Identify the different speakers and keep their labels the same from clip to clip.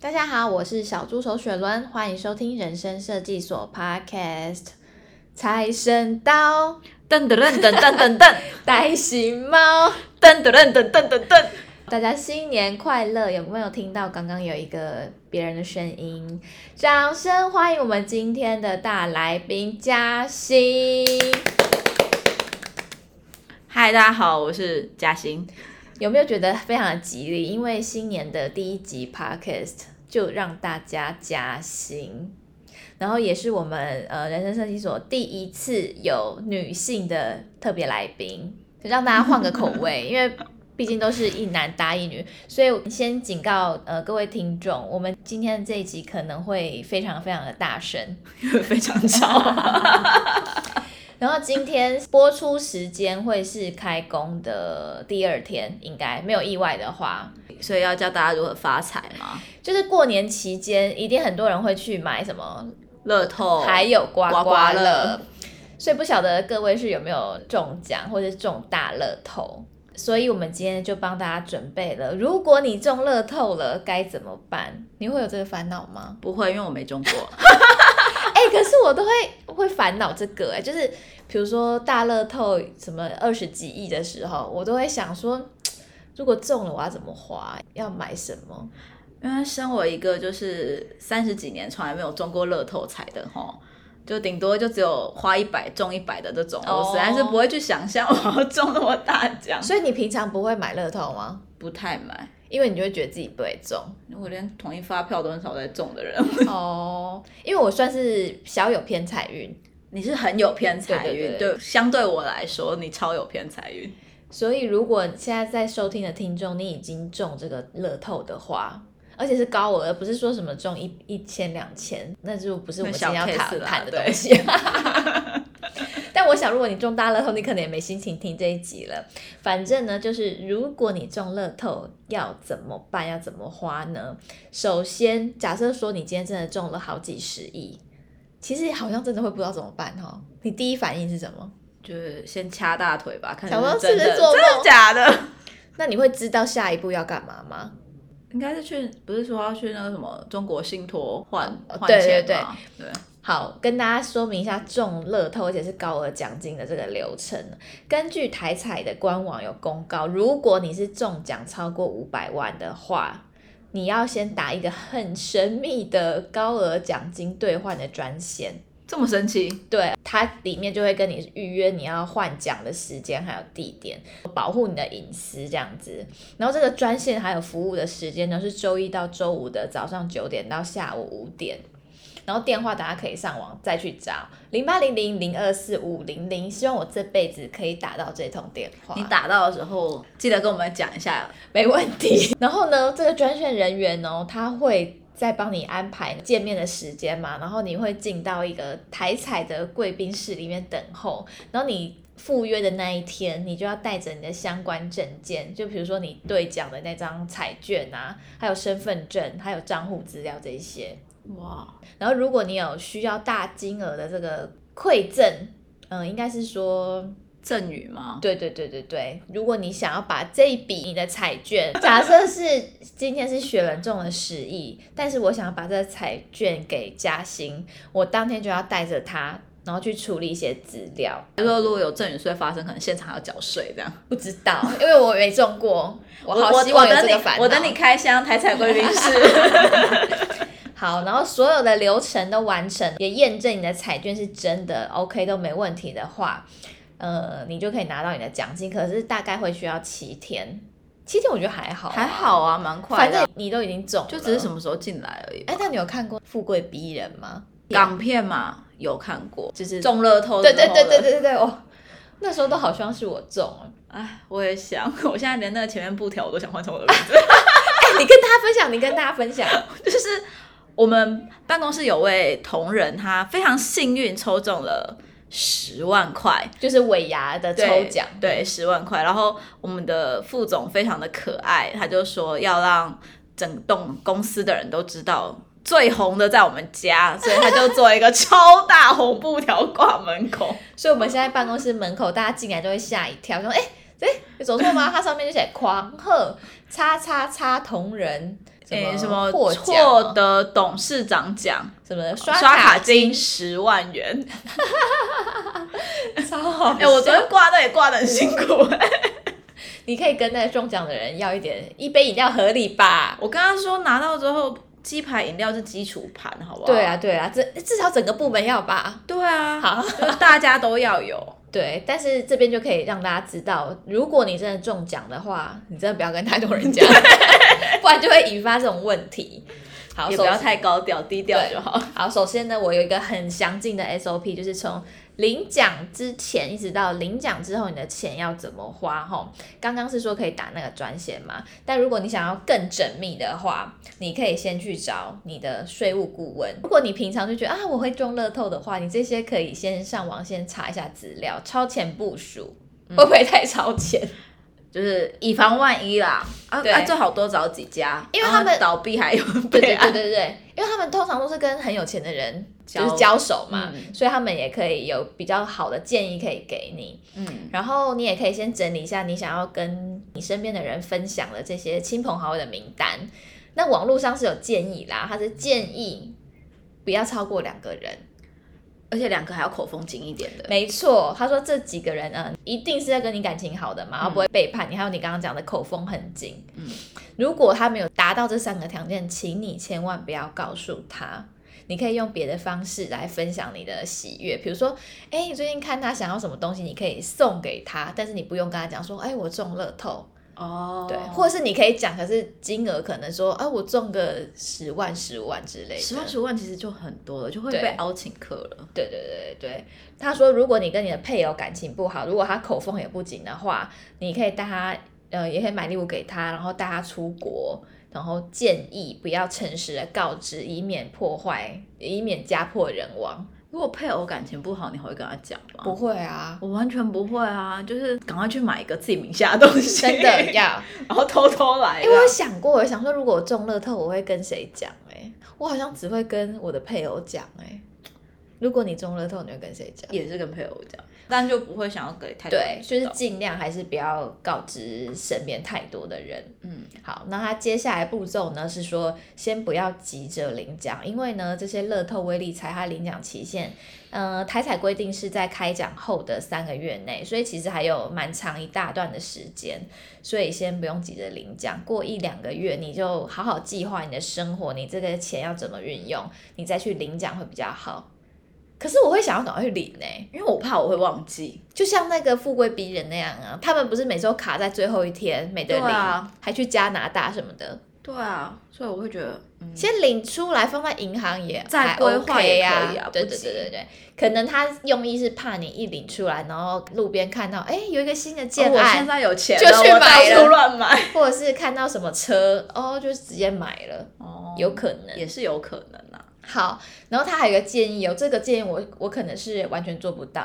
Speaker 1: 大家好，我是小助手雪伦，欢迎收听人生设计所 Podcast。财神刀，
Speaker 2: 噔噔噔噔噔噔噔
Speaker 1: 呆形猫，
Speaker 2: 噔噔噔噔噔噔。
Speaker 1: 大家新年快乐！有没有听到刚刚有一个别人的声音？掌声欢迎我们今天的大来宾嘉欣。
Speaker 2: 嗨，大家好，我是嘉欣。
Speaker 1: 有没有觉得非常的吉利？因为新年的第一集 podcast 就让大家加薪，然后也是我们呃人生设计所第一次有女性的特别来宾，让大家换个口 味，因为。毕竟都是一男搭一女，所以先警告呃各位听众，我们今天这一集可能会非常非常的大声，
Speaker 2: 非常吵。
Speaker 1: 然后今天播出时间会是开工的第二天，应该没有意外的话，
Speaker 2: 所以要教大家如何发财吗？
Speaker 1: 就是过年期间，一定很多人会去买什么，
Speaker 2: 乐透
Speaker 1: 还有刮
Speaker 2: 刮
Speaker 1: 哦
Speaker 2: 刮
Speaker 1: 刮乐。
Speaker 2: 乐
Speaker 1: 所以不晓得各位是有没有中奖或者中大乐透，所以我们今天就帮大家准备了，如果你中乐透了该怎么办？你会有这个烦恼吗？
Speaker 2: 不会，因为我没中过。
Speaker 1: 哎、可是我都会会烦恼这个哎、就是比如说大乐透什么二十几亿的时候，我都会想说，如果中了我要怎么花，要买什么？
Speaker 2: 因为身为一个就是三十几年从来没有中过乐透彩的吼，就顶多就只有花一百中一百的这种，
Speaker 1: 哦
Speaker 2: 我实在是不会去想象我要中那么大奖，
Speaker 1: 所以你平常不会买乐透吗？
Speaker 2: 不太买。
Speaker 1: 因为你就会觉得自己不会中
Speaker 2: 我连统一发票都很少在中的人，
Speaker 1: 哦， 因为我算是小有偏财运，
Speaker 2: 你是很有偏财
Speaker 1: 对对
Speaker 2: 运，
Speaker 1: 对
Speaker 2: 对，相对我来说，你超有偏财运。
Speaker 1: 所以如果现在在收听的听众，你已经中这个乐透的话，而且是高额，不是说什么中一一千两千，那就不是我们今天要
Speaker 2: 那小
Speaker 1: 谈
Speaker 2: case 啦
Speaker 1: 谈的东西。 但我想，如果你中大乐透，你可能也没心情听这一集了。反正呢，就是如果你中乐透要怎么办？要怎么花呢？首先，假设说你今天真的中了好几十亿，其实好像真的会不知道怎么办哦。你第一反应是什么？
Speaker 2: 就是先掐大腿吧，看
Speaker 1: 想说
Speaker 2: 真的
Speaker 1: 是不是做梦
Speaker 2: 真的假的？
Speaker 1: 那你会知道下一步要干嘛吗？
Speaker 2: 应该是去，不是说要去那个什么中国信托换
Speaker 1: 哦
Speaker 2: 换
Speaker 1: 对
Speaker 2: 钱
Speaker 1: 对
Speaker 2: 吗？对
Speaker 1: 好，跟大家说明一下中乐透而且是高额奖金的这个流程。根据台彩的官网有公告，如果你是中奖超过五百万的话，你要先打一个很神秘的高额奖金兑换的专线。
Speaker 2: 这么神奇，
Speaker 1: 对，它里面就会跟你预约你要换奖的时间还有地点，保护你的隐私这样子。然后这个专线还有服务的时间呢，是周一到周五的早上九点到下午五点。然后电话大家可以上网再去找零八零零零二四五零零，希望我这辈子可以打到这通电话。
Speaker 2: 你打到的时候记得跟我们讲一下。
Speaker 1: 没问题。 然后呢，这个专线人员呢，他会再帮你安排见面的时间嘛，然后你会进到一个台彩的贵宾室里面等候，然后你。赴约的那一天，你就要带着你的相关证件，就比如说你兑奖的那张彩券啊，还有身份证，还有账户资料这一些。
Speaker 2: 哇，
Speaker 1: 然后，如果你有需要大金额的这个馈赠，嗯、应该是说
Speaker 2: 赠与吗？
Speaker 1: 对对对对对，如果你想要把这一笔你的彩券，假设是今天是雪人中了十亿，但是我想要把这个彩券给嘉兴，我当天就要带着它，然后去处理一些资料。
Speaker 2: 就说如果有赠与税发生，可能现场还要缴税这样。
Speaker 1: 不知道，因为我没中过，我好希望有
Speaker 2: 等
Speaker 1: 这
Speaker 2: 你
Speaker 1: 个烦恼。
Speaker 2: 我等你开箱台彩贵宾室。
Speaker 1: 好，然后所有的流程都完成，也验证你的彩券是真的，OK 都没问题的话，呃，你就可以拿到你的奖金。可是大概会需要七天，七天我觉得还好 啊、
Speaker 2: 还好啊，蛮快
Speaker 1: 反
Speaker 2: 的。
Speaker 1: 正你都已经中了，
Speaker 2: 就只是什。么时候进来而已。
Speaker 1: 哎，那你有看过《富贵逼人》吗？
Speaker 2: 港片嘛，有看过，
Speaker 1: 就是
Speaker 2: 中乐透。
Speaker 1: 对对对对。对对对，哦，那时候都好像是我中了。
Speaker 2: 哎，我也想，我现在连那个前面布条我都想换成我的名字。
Speaker 1: 哎，你跟大家分享，你跟大家分享，
Speaker 2: 就是 我们办公室有位同仁，他非常幸运抽中了十万块
Speaker 1: 就是尾牙的抽
Speaker 2: 对
Speaker 1: 奖，
Speaker 2: 对，十万块。然后我们的副总非常的可爱，他就说要让整栋公司的人都知道。最红的在我们家，所以他就做一个超大红布条挂门口。
Speaker 1: 所以我们现在办公室门口大家进来都会吓一跳， 说哎哎，有走错吗？它上面就写狂贺叉叉叉同仁。
Speaker 2: 诶、什么
Speaker 1: 获奖
Speaker 2: 获得董事长奖、
Speaker 1: 什么刷
Speaker 2: 刷卡
Speaker 1: 金
Speaker 2: 金，十万元。
Speaker 1: 超好笑。
Speaker 2: 哎、我昨天挂的也挂的很辛苦、
Speaker 1: 你可以跟那个中奖的人要一点一杯饮料，合理吧？
Speaker 2: 我跟他说拿到之后，鸡排饮料是基础盘，好不好？
Speaker 1: 对啊，，对啊，这至少整个部门要吧。
Speaker 2: 对啊，
Speaker 1: 好，
Speaker 2: 就是大家都要有。
Speaker 1: 对，但是这边就可以让大家知道，如果你真的中奖的话，你真的不要跟太 多人讲，不然就会引发这种问题。好，
Speaker 2: 也不要
Speaker 1: 首先
Speaker 2: 太高调，低调就好。
Speaker 1: 好。首先呢，我有一个很详尽的 SOP，就是从领奖之前一直到领奖之后，你的钱要怎么花？吼，刚刚是说可以打那个专线嘛，但如果你想要更缜密的话，你可以先去找你的税务顾问。如果你平常就觉得啊我会中乐透的话，你这些可以先上网先查一下资料，超前部署。
Speaker 2: 嗯
Speaker 1: 会不会太超 前？
Speaker 2: 就是以防万一啦，啊
Speaker 1: 对
Speaker 2: 啊，最好多找几家，
Speaker 1: 因为他们
Speaker 2: 然后倒闭还有啊备
Speaker 1: 对对对
Speaker 2: 案，
Speaker 1: 对对，因为他们通常都是跟很有钱的人就
Speaker 2: 交
Speaker 1: 是交手嘛，
Speaker 2: 嗯
Speaker 1: 所以他们也可以有比较好的建议可以给你。
Speaker 2: 嗯，
Speaker 1: 然后你也可以先整理一下你想要跟你身边的人分享的这些亲朋好友的名单。那网络上是有建议啦，它是建议不要超过两个人。
Speaker 2: 而且两个还要口风紧一点的，
Speaker 1: 没错，他说这几个人呢，一定是要跟你感情好的嘛，他不会背叛你。还有你刚刚讲的口风很紧，
Speaker 2: 嗯
Speaker 1: 如果他没有达到这三个条件，请你千万不要告诉他。你可以用别的方式来分享你的喜悦，比如说，哎、你最近看他想要什么东西，你可以送给他，但是你不用跟他讲说，哎、我中乐透，
Speaker 2: 哦
Speaker 1: 对，或者是你可以讲，可是金额可能说，啊，我中个十万、十万之类的，
Speaker 2: 十万十万其实就很多了，就会
Speaker 1: 对
Speaker 2: 被邀请客了。
Speaker 1: 对对对对对，他说，如果你跟你的配偶感情不好，如果他口风也不紧的话，你可以带他，呃，也可以买礼物给他，然后带他出国，然后建议不要诚实的告知，以免破坏，以免家破人亡。
Speaker 2: 如果配偶感情不好，你还会跟他讲吗？
Speaker 1: 不，会啊，
Speaker 2: 我完全不会啊，就是赶快去买一个自己名下的东西，
Speaker 1: 真的，要。
Speaker 2: 然后偷偷来
Speaker 1: 哎、
Speaker 2: 啦。
Speaker 1: 我有想过，我想说，如果我中乐透，我会跟谁讲？哎，我好像只会跟我的配偶讲。哎，如果你中乐透，你会跟谁讲？
Speaker 2: 也是跟配偶讲，但就不会想要给太多
Speaker 1: 对
Speaker 2: 人，
Speaker 1: 就
Speaker 2: 知
Speaker 1: 是
Speaker 2: 道
Speaker 1: 尽量还是不要告知身边太多的人。
Speaker 2: 嗯，
Speaker 1: 好，那他接下来步骤呢是说，先不要急着领奖，因为呢这些乐透、威力彩它领奖期限，呃，台彩规定是在开奖后的三个月内，所以其实还有蛮长一大段的时间，所以先不用急着领奖，过一两个月你就好好计划你的生活，你这个钱要怎么运用，你再去领奖会比较好。可是我会想要赶快去领呢、
Speaker 2: 因为我怕我会忘记，
Speaker 1: 就像那个富贵逼人那样啊，他们不是每周卡在最后一天没得领，
Speaker 2: 对啊
Speaker 1: 还去加拿大什么的，
Speaker 2: 对啊，所以我会觉得，嗯，
Speaker 1: 先领出来放在银行也
Speaker 2: 再
Speaker 1: 还
Speaker 2: 规划
Speaker 1: OK
Speaker 2: 也可以
Speaker 1: 啊
Speaker 2: 啊
Speaker 1: 对
Speaker 2: 不
Speaker 1: 对
Speaker 2: 急
Speaker 1: 对对对，可能他用意是怕你一领出来，然后路边看到哎有一个新的建
Speaker 2: 哦我
Speaker 1: 案，
Speaker 2: 现在有钱了，
Speaker 1: 就去
Speaker 2: 我到
Speaker 1: 买了
Speaker 2: 处乱买，
Speaker 1: 或者是看到什么车哦，就直接买了，
Speaker 2: 哦
Speaker 1: 有可能。
Speaker 2: 也是有可能啊。
Speaker 1: 好，然后他还有一个建议哦，这个建议我我可能是完全做不到，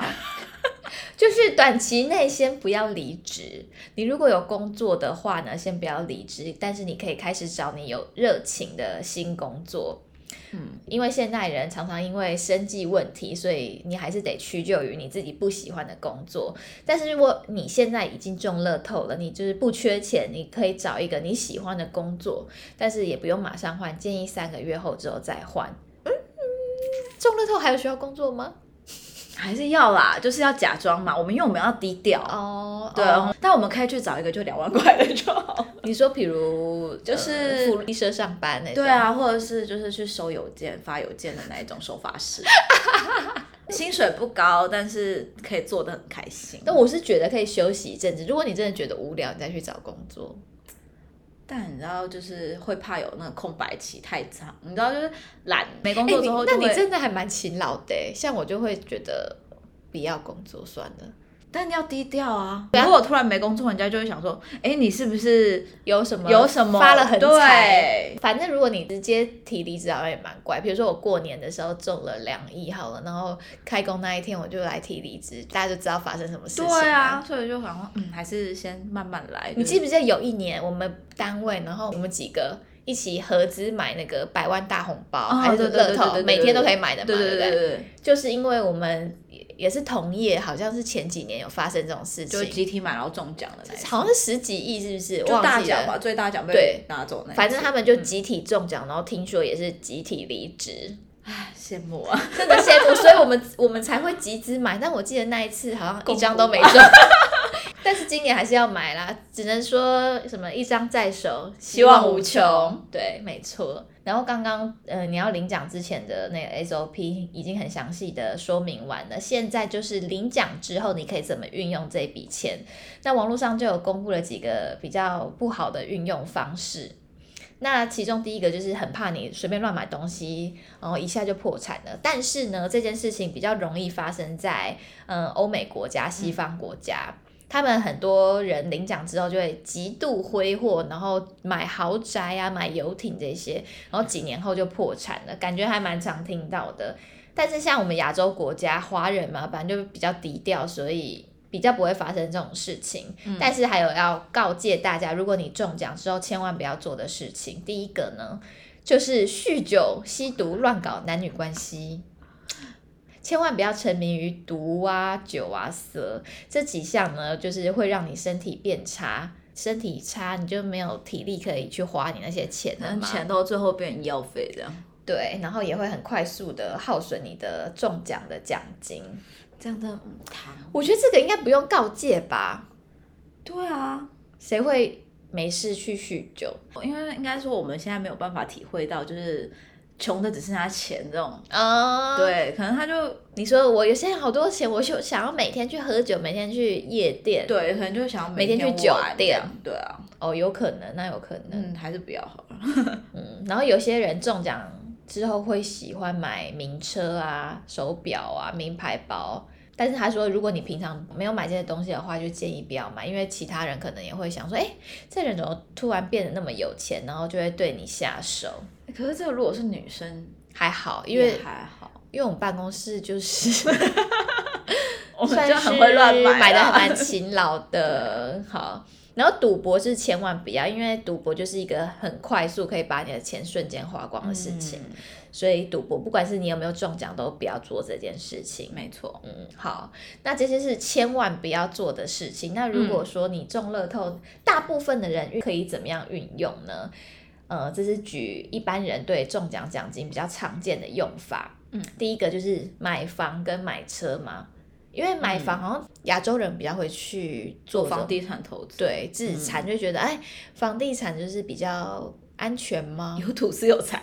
Speaker 1: 就是短期内先不要离职。你如果有工作的话呢，先不要离职，但是你可以开始找你有热情的新工作。
Speaker 2: 嗯，
Speaker 1: 因为现代人常常因为生计问题，所以你还是得屈就于你自己不喜欢的工作。但是如果你现在已经中乐透了，你就是不缺钱，你可以找一个你喜欢的工作，但是也不用马上换，建议三个月后之后再换。嗯，中乐透还有需要工作吗？
Speaker 2: 还是要啦，就是要假装嘛。我们因为我们要低调，
Speaker 1: 哦，
Speaker 2: 对，
Speaker 1: 哦
Speaker 2: 但我们可以去找一个就两万块的就好。
Speaker 1: 你说比如
Speaker 2: 就是
Speaker 1: 呃福利社上班那种，
Speaker 2: 对，啊，或者是就是去收邮件、发邮件的那一种收发室， 薪水不高，但是可以做的很开心。
Speaker 1: 但我是觉得可以休息一阵子。如果你真的觉得无聊，你再去找工作。
Speaker 2: 但你知道，就是会怕有那个空白期太长，你知道，就是懒没工
Speaker 1: 哎
Speaker 2: 作
Speaker 1: 你
Speaker 2: 之后
Speaker 1: 那
Speaker 2: 就
Speaker 1: 你
Speaker 2: 会，
Speaker 1: 真的还蛮勤劳的欸，像我就会觉得不要工作算了，
Speaker 2: 但要低调啊。
Speaker 1: 对啊
Speaker 2: 如果突然没工作，人家就会想说，哎、你是不是
Speaker 1: 有什么
Speaker 2: 有什么
Speaker 1: 发了很财。
Speaker 2: 对，
Speaker 1: 反正如果你直接提离职，好像也蛮怪。比如说我过年的时候中了两亿好了，然后开工那一天我就来提离职，大家就知道发生什么事情。
Speaker 2: 对啊，，所以就想说，嗯，还是先慢慢来。
Speaker 1: 你
Speaker 2: 就是
Speaker 1: 记不记得有一年我们单位，然后我们几个一起合资买那个百万大红包，
Speaker 2: 哦
Speaker 1: 还是
Speaker 2: 对对对
Speaker 1: 乐透
Speaker 2: 对对，对
Speaker 1: 每天都可以买的嘛，
Speaker 2: 对
Speaker 1: 不
Speaker 2: 对对对，
Speaker 1: 就是因为我们也是同业，好像是前几年有发生这种事
Speaker 2: 就
Speaker 1: 情，
Speaker 2: 集体买然后中奖的那一次，
Speaker 1: 好像是十几亿，是不是？
Speaker 2: 就大
Speaker 1: 忘记
Speaker 2: 奖
Speaker 1: 了。
Speaker 2: 吧，嗯最大奖被
Speaker 1: 啊对
Speaker 2: 拿走那一次，
Speaker 1: 反正他们就集体中奖，然后听说也是集体离职，
Speaker 2: 羡慕 啊，
Speaker 1: 真的羡慕，所以我们我们才会集资买。但我记得那一次好像一张都没中，但是今年还是要买啦，只能说什么一张在手，希望无
Speaker 2: 希望无
Speaker 1: 穷。对，没错。然后刚刚呃，你要领奖之前的那个 SOP 已经很详细的说明完了，现在就是领奖之后你可以怎么运用这笔钱。那网络上就有公布了几个比较不好的运用方式。那其中第一个就是很怕你随便乱买东西，然后一下就破产了。但是呢，这件事情比较容易发生在嗯欧美国家、西方国家。他们很多人领奖之后就会极度挥霍，然后买豪宅啊、买游艇这些，然后几年后就破产了，感觉还蛮常听到的。但是像我们亚洲国家华人嘛，反正就比较低调，所以比较不会发生这种事情。但是还有要告诫大家，如果你中奖之后，千万不要做的事情。第一个呢，就是酗酒、吸毒、乱搞男女关系。千万不要沉迷于毒啊、酒啊、色这几项呢，就是会让你身体变差，身体差你就没有体力可以去花你那些钱
Speaker 2: 可
Speaker 1: 了
Speaker 2: 能
Speaker 1: 嘛。
Speaker 2: 钱到最后变成药费这样，
Speaker 1: 对，然后也会很快速的耗损你的中奖的奖金。
Speaker 2: 这样真的很糖。
Speaker 1: 我觉得这个应该不用告诫吧？
Speaker 2: 对啊，
Speaker 1: 谁会没事去酗酒？
Speaker 2: 因为应该说我们现在没有办法体会到，就是穷的只剩下钱这种。
Speaker 1: 啊、，
Speaker 2: 对，可能他就
Speaker 1: 你说我有现在好多钱，我就想要每天去喝酒，每天去夜店。，
Speaker 2: 对，可能就想要
Speaker 1: 每
Speaker 2: 天
Speaker 1: 天去酒
Speaker 2: 玩这
Speaker 1: 店
Speaker 2: 样。对啊，
Speaker 1: 哦，有可能，那有可能。
Speaker 2: 嗯，还是不要好了。
Speaker 1: 嗯，然后有些人中奖之后会喜欢买名车啊、手表啊、名牌包，但是他说，如果你平常没有买这些东西的话，就建议不要买，因为其他人可能也会想说，哎，这人怎么突然变得那么有钱，然后就会对你下手。
Speaker 2: 可是这个如果是女生，
Speaker 1: 还好，因
Speaker 2: 因
Speaker 1: 为
Speaker 2: 为还好，
Speaker 1: 因为我们办公室就是
Speaker 2: 我们
Speaker 1: 算
Speaker 2: 就是很会乱啊
Speaker 1: 买的
Speaker 2: 啦
Speaker 1: 还蛮勤劳的。好，然后赌博是千万不要，因为赌博就是一个很快速可以把你的钱瞬间花光的事情。
Speaker 2: 嗯
Speaker 1: 所以赌博，不管是你有没有中奖，都不要做这件事 情。
Speaker 2: 没错，
Speaker 1: 嗯，好，那这些是千万不要做的事情。那
Speaker 2: 嗯
Speaker 1: 如果说你中乐透，大部分的人可以怎么样运用呢？呃，这是举一般人对中奖奖金比较常见的用法。
Speaker 2: 嗯，
Speaker 1: 第一个就是买房跟买车嘛，因为买房好像亚洲人比较会去做
Speaker 2: 做嗯
Speaker 1: 这种
Speaker 2: 房地嗯产投资，，
Speaker 1: 对自产，就觉得、哎，房地产就是比较安全吗？
Speaker 2: 有土是有财，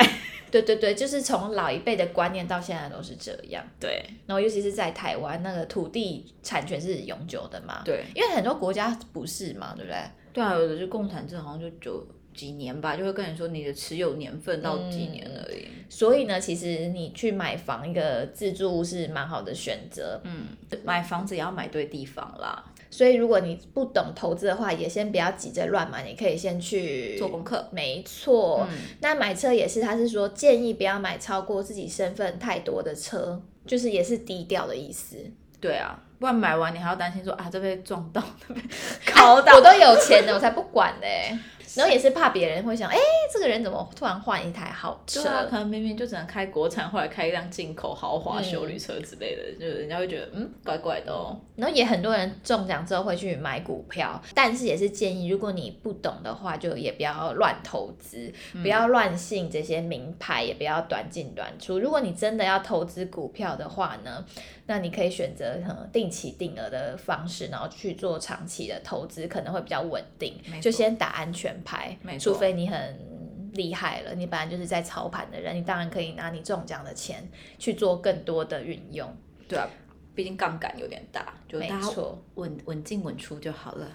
Speaker 1: 对对对，就是从老一辈的观念到现在都是这样。
Speaker 2: 对
Speaker 1: 然后尤其是在台湾，那个土地产权是永久的嘛，
Speaker 2: 对
Speaker 1: 因为很多国家不是嘛，对不对？
Speaker 2: 对啊，有的就共产制好像就九几年吧，就会跟你说你的持有年份到几年而已，
Speaker 1: 所以呢，其实你去买房一个自住屋是蛮好的选择。
Speaker 2: 嗯，买房子也要买对地方啦，
Speaker 1: 所以如果你不懂投资的话，也先不要急着乱买，你可以先去
Speaker 2: 做功课。
Speaker 1: 没错，
Speaker 2: 嗯
Speaker 1: 那买车也是，他是说建议不要买超过自己身份太多的车，就是也是低调的 意思。
Speaker 2: 对啊，不然买完你还要担心说啊，这被撞到，这被敲到，
Speaker 1: 我都有钱的，我才不管嘞、 然后也是怕别人会想，哎、这个人怎么突然换一台好车？
Speaker 2: 对啊，可能明明就只能开国产，后来开一辆进口豪华修旅车之类的，就是人家会觉得嗯，怪怪的哦。
Speaker 1: 然后也很多人中奖之后会去买股票，但是也是建议，如果你不懂的话，就也不要乱投资，
Speaker 2: 嗯
Speaker 1: 不要乱信这些名牌，也不要短进短出。如果你真的要投资股票的话呢，那你可以选择可能定期定额的方式，然后去做长期的投资，可能会比较稳定
Speaker 2: 没。错
Speaker 1: 就先打安全牌
Speaker 2: 没，错
Speaker 1: 除非你很。厉害了，你本来就是在操盘的人，你当然可以拿你中奖的钱去做更多的运用，
Speaker 2: 对啊，毕竟杠杆有点大，就
Speaker 1: 没
Speaker 2: 大家
Speaker 1: 错。
Speaker 2: 稳稳进稳出就好了。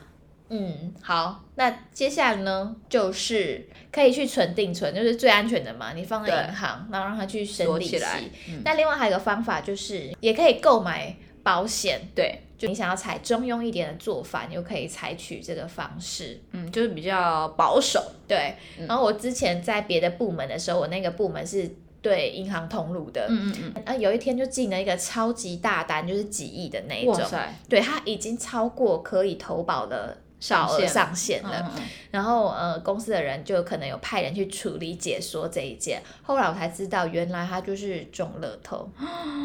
Speaker 1: 嗯，好，那接下来呢，就是可以去存定存，就是最安全的嘛，你放在
Speaker 2: 对
Speaker 1: 银行，然后让它去生
Speaker 2: 躲
Speaker 1: 利
Speaker 2: 起
Speaker 1: 息
Speaker 2: 来。嗯
Speaker 1: 那另外还有一个方法就是，也可以购买保险，
Speaker 2: 对，
Speaker 1: 就你想要采中庸一点的做法，你就可以采取这个方式。
Speaker 2: 嗯，就是比较保守。
Speaker 1: 对，
Speaker 2: 嗯
Speaker 1: 然后我之前在别的部门的时候，我那个部门是对银行通路的，
Speaker 2: 嗯嗯
Speaker 1: 啊，有一天就进了一个超级大单，就是几亿的那一
Speaker 2: 哇
Speaker 1: 种。
Speaker 2: 塞，
Speaker 1: 对，它已经超过可以投保的小
Speaker 2: 上
Speaker 1: 额
Speaker 2: 线
Speaker 1: 上线了，
Speaker 2: 嗯嗯
Speaker 1: 然后呃，公司的人就可能有派人去处理解说这一件。后来我才知道，原来他就是中乐透，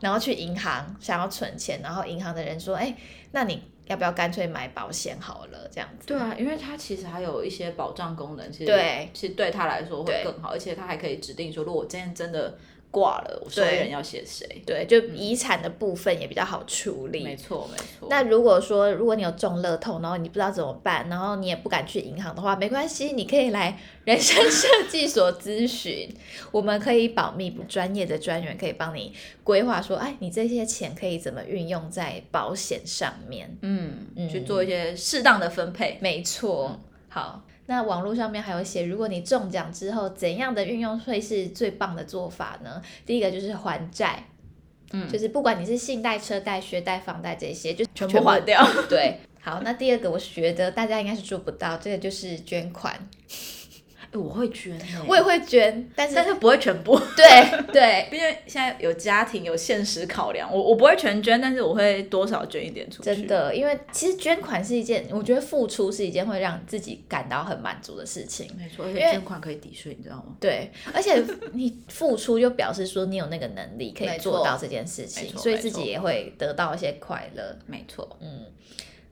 Speaker 1: 然后去银行想要存钱，然后银行的人说：“哎，那你要不要干脆买保险好了？”这样子。
Speaker 2: 对啊，因为它其实还有一些保障功能，其实
Speaker 1: 对
Speaker 2: 其实对他来说会
Speaker 1: 对
Speaker 2: 更好，而且他还可以指定说，如果我今天真的挂了，我受益
Speaker 1: 对
Speaker 2: 人要写谁？
Speaker 1: 对，就遗产的部分也比较好处理。
Speaker 2: 没错，没错。
Speaker 1: 那如果说如果你有中乐透，然后你不知道怎么办，然后你也不敢去银行的话，没关系，你可以来人生设计所咨询，我们可以保密，专业的专员可以帮你规划说，哎，你这些钱可以怎么运用在保险上面？
Speaker 2: 嗯，
Speaker 1: 嗯
Speaker 2: 去做一些适当的分配。
Speaker 1: 没错，好。那网络上面还有写，如果你中奖之后，怎样的运用会是最棒的做法呢？第一个就是还债，
Speaker 2: 嗯
Speaker 1: 就是不管你是信贷、车贷、学贷、房贷这些，就全
Speaker 2: 全部还掉。
Speaker 1: 对，好，那第二个我是觉得大家应该是做不到，这个就是捐款，
Speaker 2: 哎我会捐欸、
Speaker 1: 我也会捐，但是
Speaker 2: 但是不会全部，
Speaker 1: 对对，
Speaker 2: 因为现在有家庭有现实考量，我我不会全捐，但是我会多少捐一点出去。
Speaker 1: 真，的，因为其实捐款是一件，我觉得付出是一件会让自己感到很满足的事情。
Speaker 2: 没错，而且
Speaker 1: 因为
Speaker 2: 捐款可以抵税，你知道吗？
Speaker 1: 对，而且你付出就表示说你有那个能力可以
Speaker 2: 没
Speaker 1: 做
Speaker 2: 错
Speaker 1: 到这件事
Speaker 2: 没
Speaker 1: 情，
Speaker 2: 错
Speaker 1: 所以
Speaker 2: 没
Speaker 1: 自己
Speaker 2: 错
Speaker 1: 也会得到一些快乐。
Speaker 2: 没错，
Speaker 1: 嗯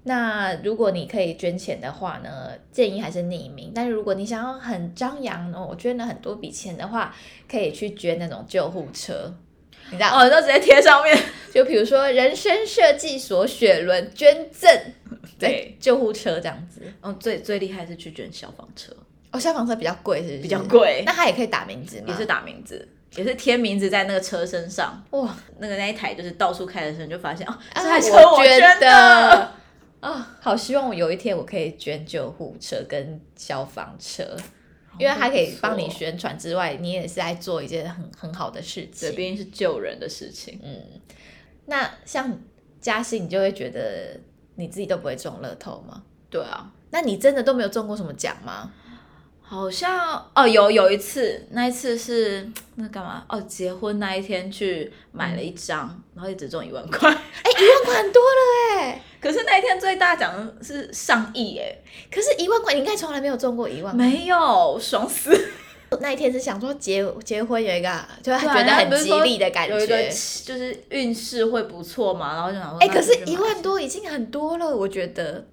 Speaker 1: 那如果你可以捐钱的话呢，建议还是匿名。但是如果你想要很张扬，哦，我捐了很多笔钱的话，可以去捐那种救护车，你知道？
Speaker 2: 哦，就直接贴上面。
Speaker 1: 就比如说人生设计所雪伦捐赠，
Speaker 2: 对
Speaker 1: 哎，救护车这样子。
Speaker 2: 嗯，最最厉害是去捐消防车，
Speaker 1: 哦，消防车比较贵，是不是？
Speaker 2: 比较。贵，
Speaker 1: 那它也可以打名字吗？
Speaker 2: 也是打名字，也是贴名字在那个车身上。
Speaker 1: 哇，
Speaker 2: 那个那一台就是到处开的时候，你就发现哦，这
Speaker 1: 啊
Speaker 2: 台车
Speaker 1: 我
Speaker 2: 捐
Speaker 1: 捐
Speaker 2: 的。
Speaker 1: 的。啊、好希望我有一天我可以捐救护车跟消防车，因为它可以帮你
Speaker 2: 选，
Speaker 1: 宣传之外，你也是在做一件很很好的事
Speaker 2: 对，
Speaker 1: 情。
Speaker 2: 毕竟是救人的事情。
Speaker 1: 嗯那像嘉欣，你就会觉得你自己都不会中乐透吗？
Speaker 2: 对啊，
Speaker 1: 那你真的都没有中过什么奖吗？
Speaker 2: 好像哦，有有一次，那一次是那干嘛？哦，结婚那一天去买了一张，
Speaker 1: 嗯
Speaker 2: 然后也只哎中一万块。
Speaker 1: 中款很多了哎、
Speaker 2: 可是那一天最大奖是上亿哎，
Speaker 1: 可是，一万块你应该从来没有中过一万块。
Speaker 2: 没有，爽死！
Speaker 1: 那一天是想说结结婚有一个，就会
Speaker 2: 对啊
Speaker 1: 觉得
Speaker 2: 然后
Speaker 1: 很
Speaker 2: 不是
Speaker 1: 吉
Speaker 2: 说
Speaker 1: 利的感
Speaker 2: 有一
Speaker 1: 觉。
Speaker 2: 个就是运势会不错嘛，然后就想说，
Speaker 1: 哎、
Speaker 2: 那
Speaker 1: 可
Speaker 2: 就是去买
Speaker 1: 一万，多已经很多了，我觉得。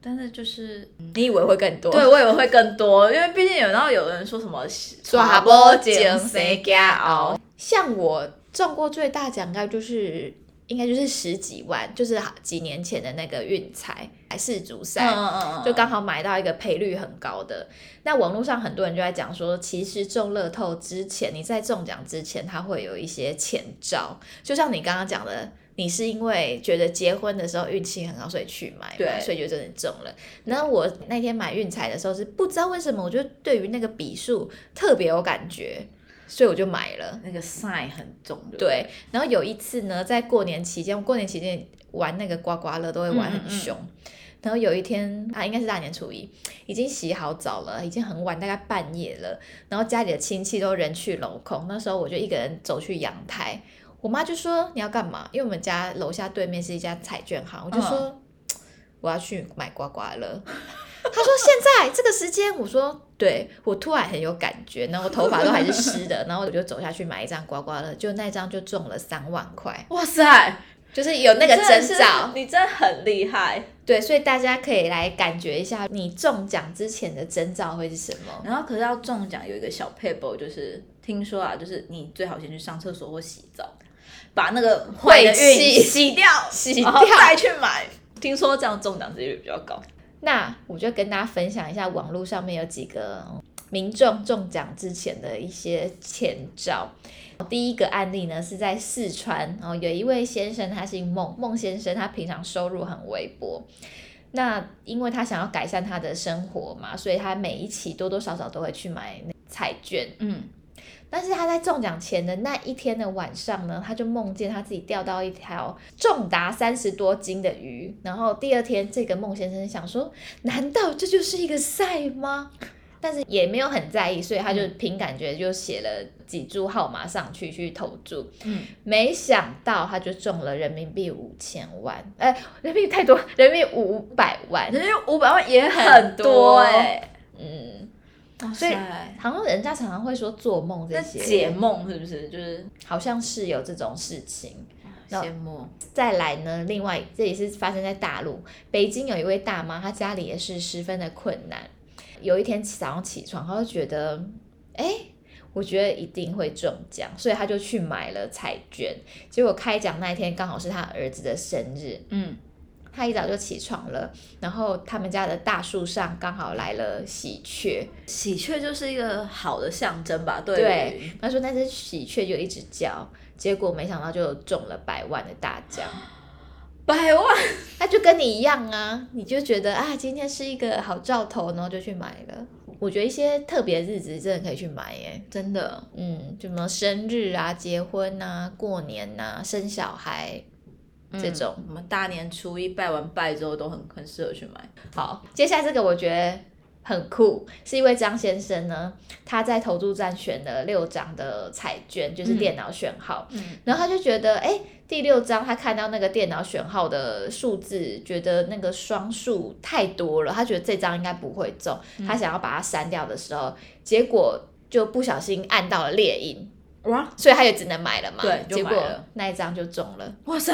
Speaker 2: 但是就是
Speaker 1: 你以为会更多？
Speaker 2: 对，我以为会更多，因为毕竟有然后有人说什么
Speaker 1: 耍
Speaker 2: 波
Speaker 1: 波
Speaker 2: 剪谁
Speaker 1: 精谁
Speaker 2: 家哦熬，
Speaker 1: 像我中过最大奖，应该就是应该就是十几万，就是几年前的那个运彩世足赛。
Speaker 2: 嗯
Speaker 1: 就刚好买到一个赔率很高的。那网络上很多人就在讲说，其实中乐透之前，你在中奖之前，它会有一些前兆，就像你刚刚讲的。你是因为觉得结婚的时候运气很好，所以去买嘛，
Speaker 2: 对
Speaker 1: 所以就真的中了。然后我那天买运彩的时候是不知道为什么，我就对于那个笔数特别有感觉，所以我就买了。
Speaker 2: 那个 sign 很重，不
Speaker 1: 对，，然后有一次呢，在过年期间，我过年期间玩那个刮刮乐都会玩
Speaker 2: 嗯嗯
Speaker 1: 很
Speaker 2: 嗯
Speaker 1: 凶。然后有一天啊，应该是大年初一，已经洗好澡了，已经很晚，大概半夜了。然后家里的亲戚都人去楼空，那时候我就一个人走去阳台，我妈就说你要干嘛？因为我们家楼下对面是一家彩券行，我就说、嘖我要去买刮刮乐。 她说现在这个时间，我说对我突然很有感觉，然后我头发都还是湿的，然后我就走下去买一张刮刮乐，就那张就中了三万块，
Speaker 2: 哇塞，
Speaker 1: 就是有那个征兆。
Speaker 2: 你真的很厉害。
Speaker 1: 对，所以大家可以来感觉一下，你中奖之前的征兆会是什么？
Speaker 2: 然后可是要中奖有一个小 paper，就是听说啊，就是你最好先去上厕所或洗澡，把那个坏的
Speaker 1: 晦气
Speaker 2: 运 洗掉，
Speaker 1: 洗
Speaker 2: 然后
Speaker 1: 掉
Speaker 2: 再去买。听说这样中奖几率比较高。
Speaker 1: 那我就跟大家分享一下网络上面有几个嗯民众中奖之前的一些前兆。第一个案例呢是在四川，哦，有一位先生，他姓孟，孟先生，他平常收入很微薄。那因为他想要改善他的生活嘛，所以他每一期多多少少都会去买那彩券。
Speaker 2: 嗯，
Speaker 1: 但是他在中奖前的那一天的晚上呢，他就梦见他自己钓到一条重达三十多斤的 鱼。然后第二天，这个孟先生想说，难道这就是一个赛吗？但是也没有很在意，所以他就凭感觉就写了几注号码上去去投注，
Speaker 2: 嗯，
Speaker 1: 没想到他就中了人民币五千万，哎、人民币太多，人民币五百万，
Speaker 2: 人家五百万也
Speaker 1: 很
Speaker 2: 多
Speaker 1: 多
Speaker 2: 哎、
Speaker 1: 嗯，
Speaker 2: 哇
Speaker 1: 所以
Speaker 2: 塞，
Speaker 1: 好像人家常常会说做梦这
Speaker 2: 那
Speaker 1: 些，
Speaker 2: 解梦是不是就是
Speaker 1: 好像是有这种事情。那
Speaker 2: 羡慕？
Speaker 1: 再来呢，另外这也是发生在大陆，北京有一位大妈，她家里也是十分的困难。有一天早上起床，她就觉得，哎、我觉得一定会中奖，所以她就去买了彩券。结果开奖那一天刚好是她儿子的生日，
Speaker 2: 嗯，
Speaker 1: 她一早就起床了，然后他们家的大树上刚好来了喜鹊，
Speaker 2: 喜鹊就是一个好的象征吧？对
Speaker 1: 对
Speaker 2: 于
Speaker 1: 她说那只喜鹊就一直叫，结果没想到就中了百万的大奖。
Speaker 2: 百万
Speaker 1: 那就跟你一样啊，你就觉得啊，今天是一个好兆头，然后就去买了。我觉得一些特别日子真的可以去买耶，
Speaker 2: 真的
Speaker 1: 嗯，就什么生日啊、结婚啊、过年啊、生小孩
Speaker 2: 嗯
Speaker 1: 这种。
Speaker 2: 我们大年初一拜完拜之后都很很适合去买。
Speaker 1: 好，接下来这个我觉得很酷，是因为张先生呢，他在投注站选了六张的彩券，就是
Speaker 2: 嗯
Speaker 1: 电脑选号，
Speaker 2: 嗯
Speaker 1: 然后他就觉得，哎、第六张他看到那个电脑选号的数字，觉得那个双数太多了，他觉得这张应该不会中，
Speaker 2: 嗯
Speaker 1: 他想要把它删掉的时候，结果就不小心按到了猎鹰，
Speaker 2: 哇
Speaker 1: 所以他也只能买了嘛，
Speaker 2: 对就
Speaker 1: 结
Speaker 2: 买
Speaker 1: 果
Speaker 2: 了
Speaker 1: 那一张就中了，
Speaker 2: 哇塞，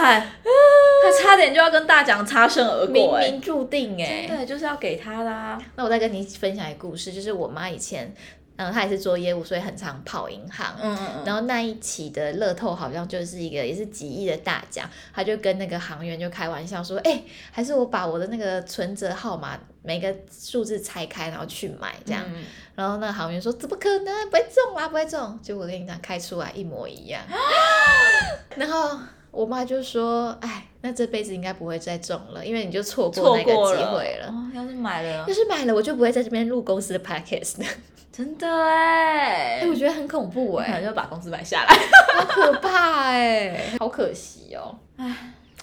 Speaker 2: 他差点就要跟大奖擦身而
Speaker 1: 冥
Speaker 2: 过哎、
Speaker 1: 冥注定哎、
Speaker 2: 对，就是要给他啦。
Speaker 1: 那我再跟你分享一个故事，就是我妈以前，嗯，她也是做业务，所以很常跑银行。
Speaker 2: 嗯嗯
Speaker 1: 然后那一期的乐透好像就是一个也是几亿的大奖，她就跟那个行员就开玩笑说：“哎、还是我把我的那个存折号码每个数字拆开，然后去买这样。
Speaker 2: 嗯
Speaker 1: 然后那个行员说：“怎么可能？不会中啦，不会中！”结果我跟你讲，开出来一模 一样。然后我妈就说：“哎，那这辈子应该不会再中了，因为你就错过
Speaker 2: 错
Speaker 1: 那个
Speaker 2: 过
Speaker 1: 机
Speaker 2: 了，
Speaker 1: 会了。”
Speaker 2: 哦，要是买了
Speaker 1: 要，是买了，我就不会在这边录公司的 podcast 了。
Speaker 2: 真的哎、
Speaker 1: 哎、我觉得很恐 怖
Speaker 2: 可
Speaker 1: 哎、
Speaker 2: 能就把公司买下来。
Speaker 1: 好可怕哎、好可惜哦。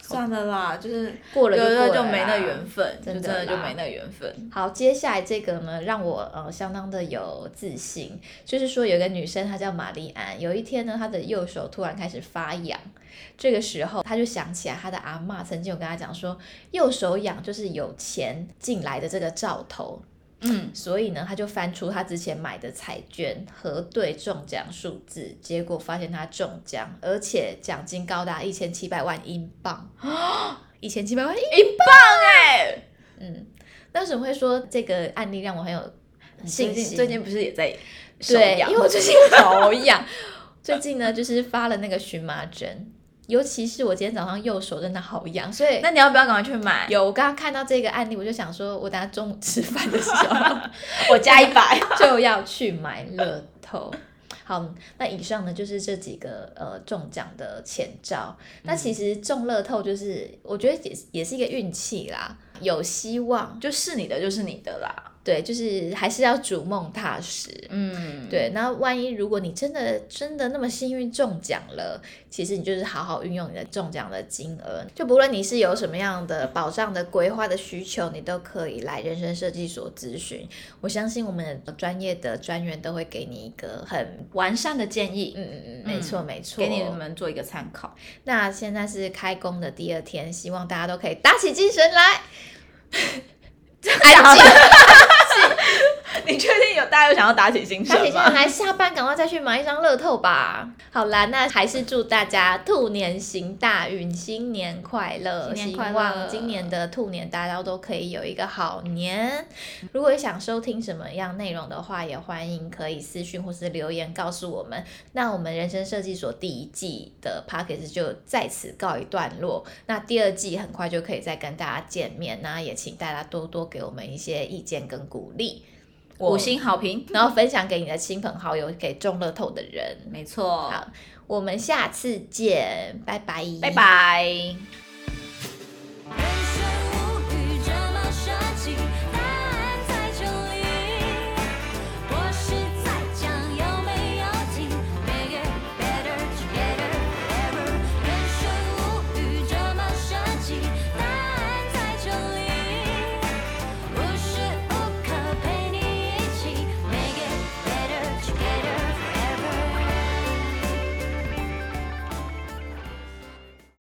Speaker 2: 算了啦，就是
Speaker 1: 过了
Speaker 2: 有
Speaker 1: 就过
Speaker 2: 的
Speaker 1: 了
Speaker 2: 就
Speaker 1: 啦
Speaker 2: 没那缘分，就
Speaker 1: 真
Speaker 2: 真
Speaker 1: 的
Speaker 2: 的就
Speaker 1: 啦
Speaker 2: 没那缘分。
Speaker 1: 好，接下来这个呢，让我呃相当的有自信，就是说有一个女生，她叫玛丽安，有一天呢，她的右手突然开始发痒，这个时候她就想起来她的阿嬷曾经有跟她讲说，右手痒就是有钱进来的这个兆头，
Speaker 2: 嗯，
Speaker 1: 所以呢，他就翻出他之前买的彩券，核对中奖数字，结果发现他中奖，而且奖金高达一千七百万英镑， 一千七百万英镑。啊
Speaker 2: 对，
Speaker 1: 嗯，那为什么会说这个案例让我很有
Speaker 2: 最
Speaker 1: 信
Speaker 2: 近
Speaker 1: 心？
Speaker 2: 最近不是也在手
Speaker 1: 对，
Speaker 2: 痒
Speaker 1: 因为我最近好痒， 最近呢就是发了那个荨麻疹，尤其是我今天早上右手真的好痒，所以
Speaker 2: 那你要不要赶快去买？
Speaker 1: 有我刚刚看到这个案例，我就想说，我等下中午吃饭的时候。
Speaker 2: 我加一百。
Speaker 1: 就要去买乐透。好，那以上呢就是这几个呃中奖的前兆。那其实中乐透就是，我觉得也是也是一个运气啦，有希望，
Speaker 2: 就是你的就是你的啦。
Speaker 1: 对，就是还是要逐梦踏实。
Speaker 2: 嗯，
Speaker 1: 对，那万一如果你真的真的那么幸运中奖了，其实你就是好好运用你的中奖的金额，就不论你是有什么样的保障的规划的需求，你都可以来人生设计所咨询。我相信我们的专业的专员都会给你一个很
Speaker 2: 完善的建议，
Speaker 1: 嗯嗯嗯，没错没错。
Speaker 2: 给你们做一个参考。
Speaker 1: 那现在是开工的第二天，希望大家都可以打起精神 来。安静，
Speaker 2: 你确定有大家有想要打起精
Speaker 1: 打起
Speaker 2: 神
Speaker 1: 精神
Speaker 2: 吗？
Speaker 1: 来，下班赶快再去买一张乐透吧。好啦，那还是祝大家兔年行大运，新年快乐！
Speaker 2: 新年快乐
Speaker 1: 希望今年的兔年大家都可以有一个好年。如果想收听什么样内容的话，也欢迎可以私讯或是留言告诉我们。那我们人生设计所第一季的 p o c k e t 就在此告一段落。那第二季很快就可以再跟大家见面，那也请大家多多给我们一些意见跟鼓励。
Speaker 2: 五星好评，
Speaker 1: 然后分享给你的亲朋好友，给中乐透的人。
Speaker 2: 没错。
Speaker 1: 好，我们下次见，拜拜，
Speaker 2: 拜。拜。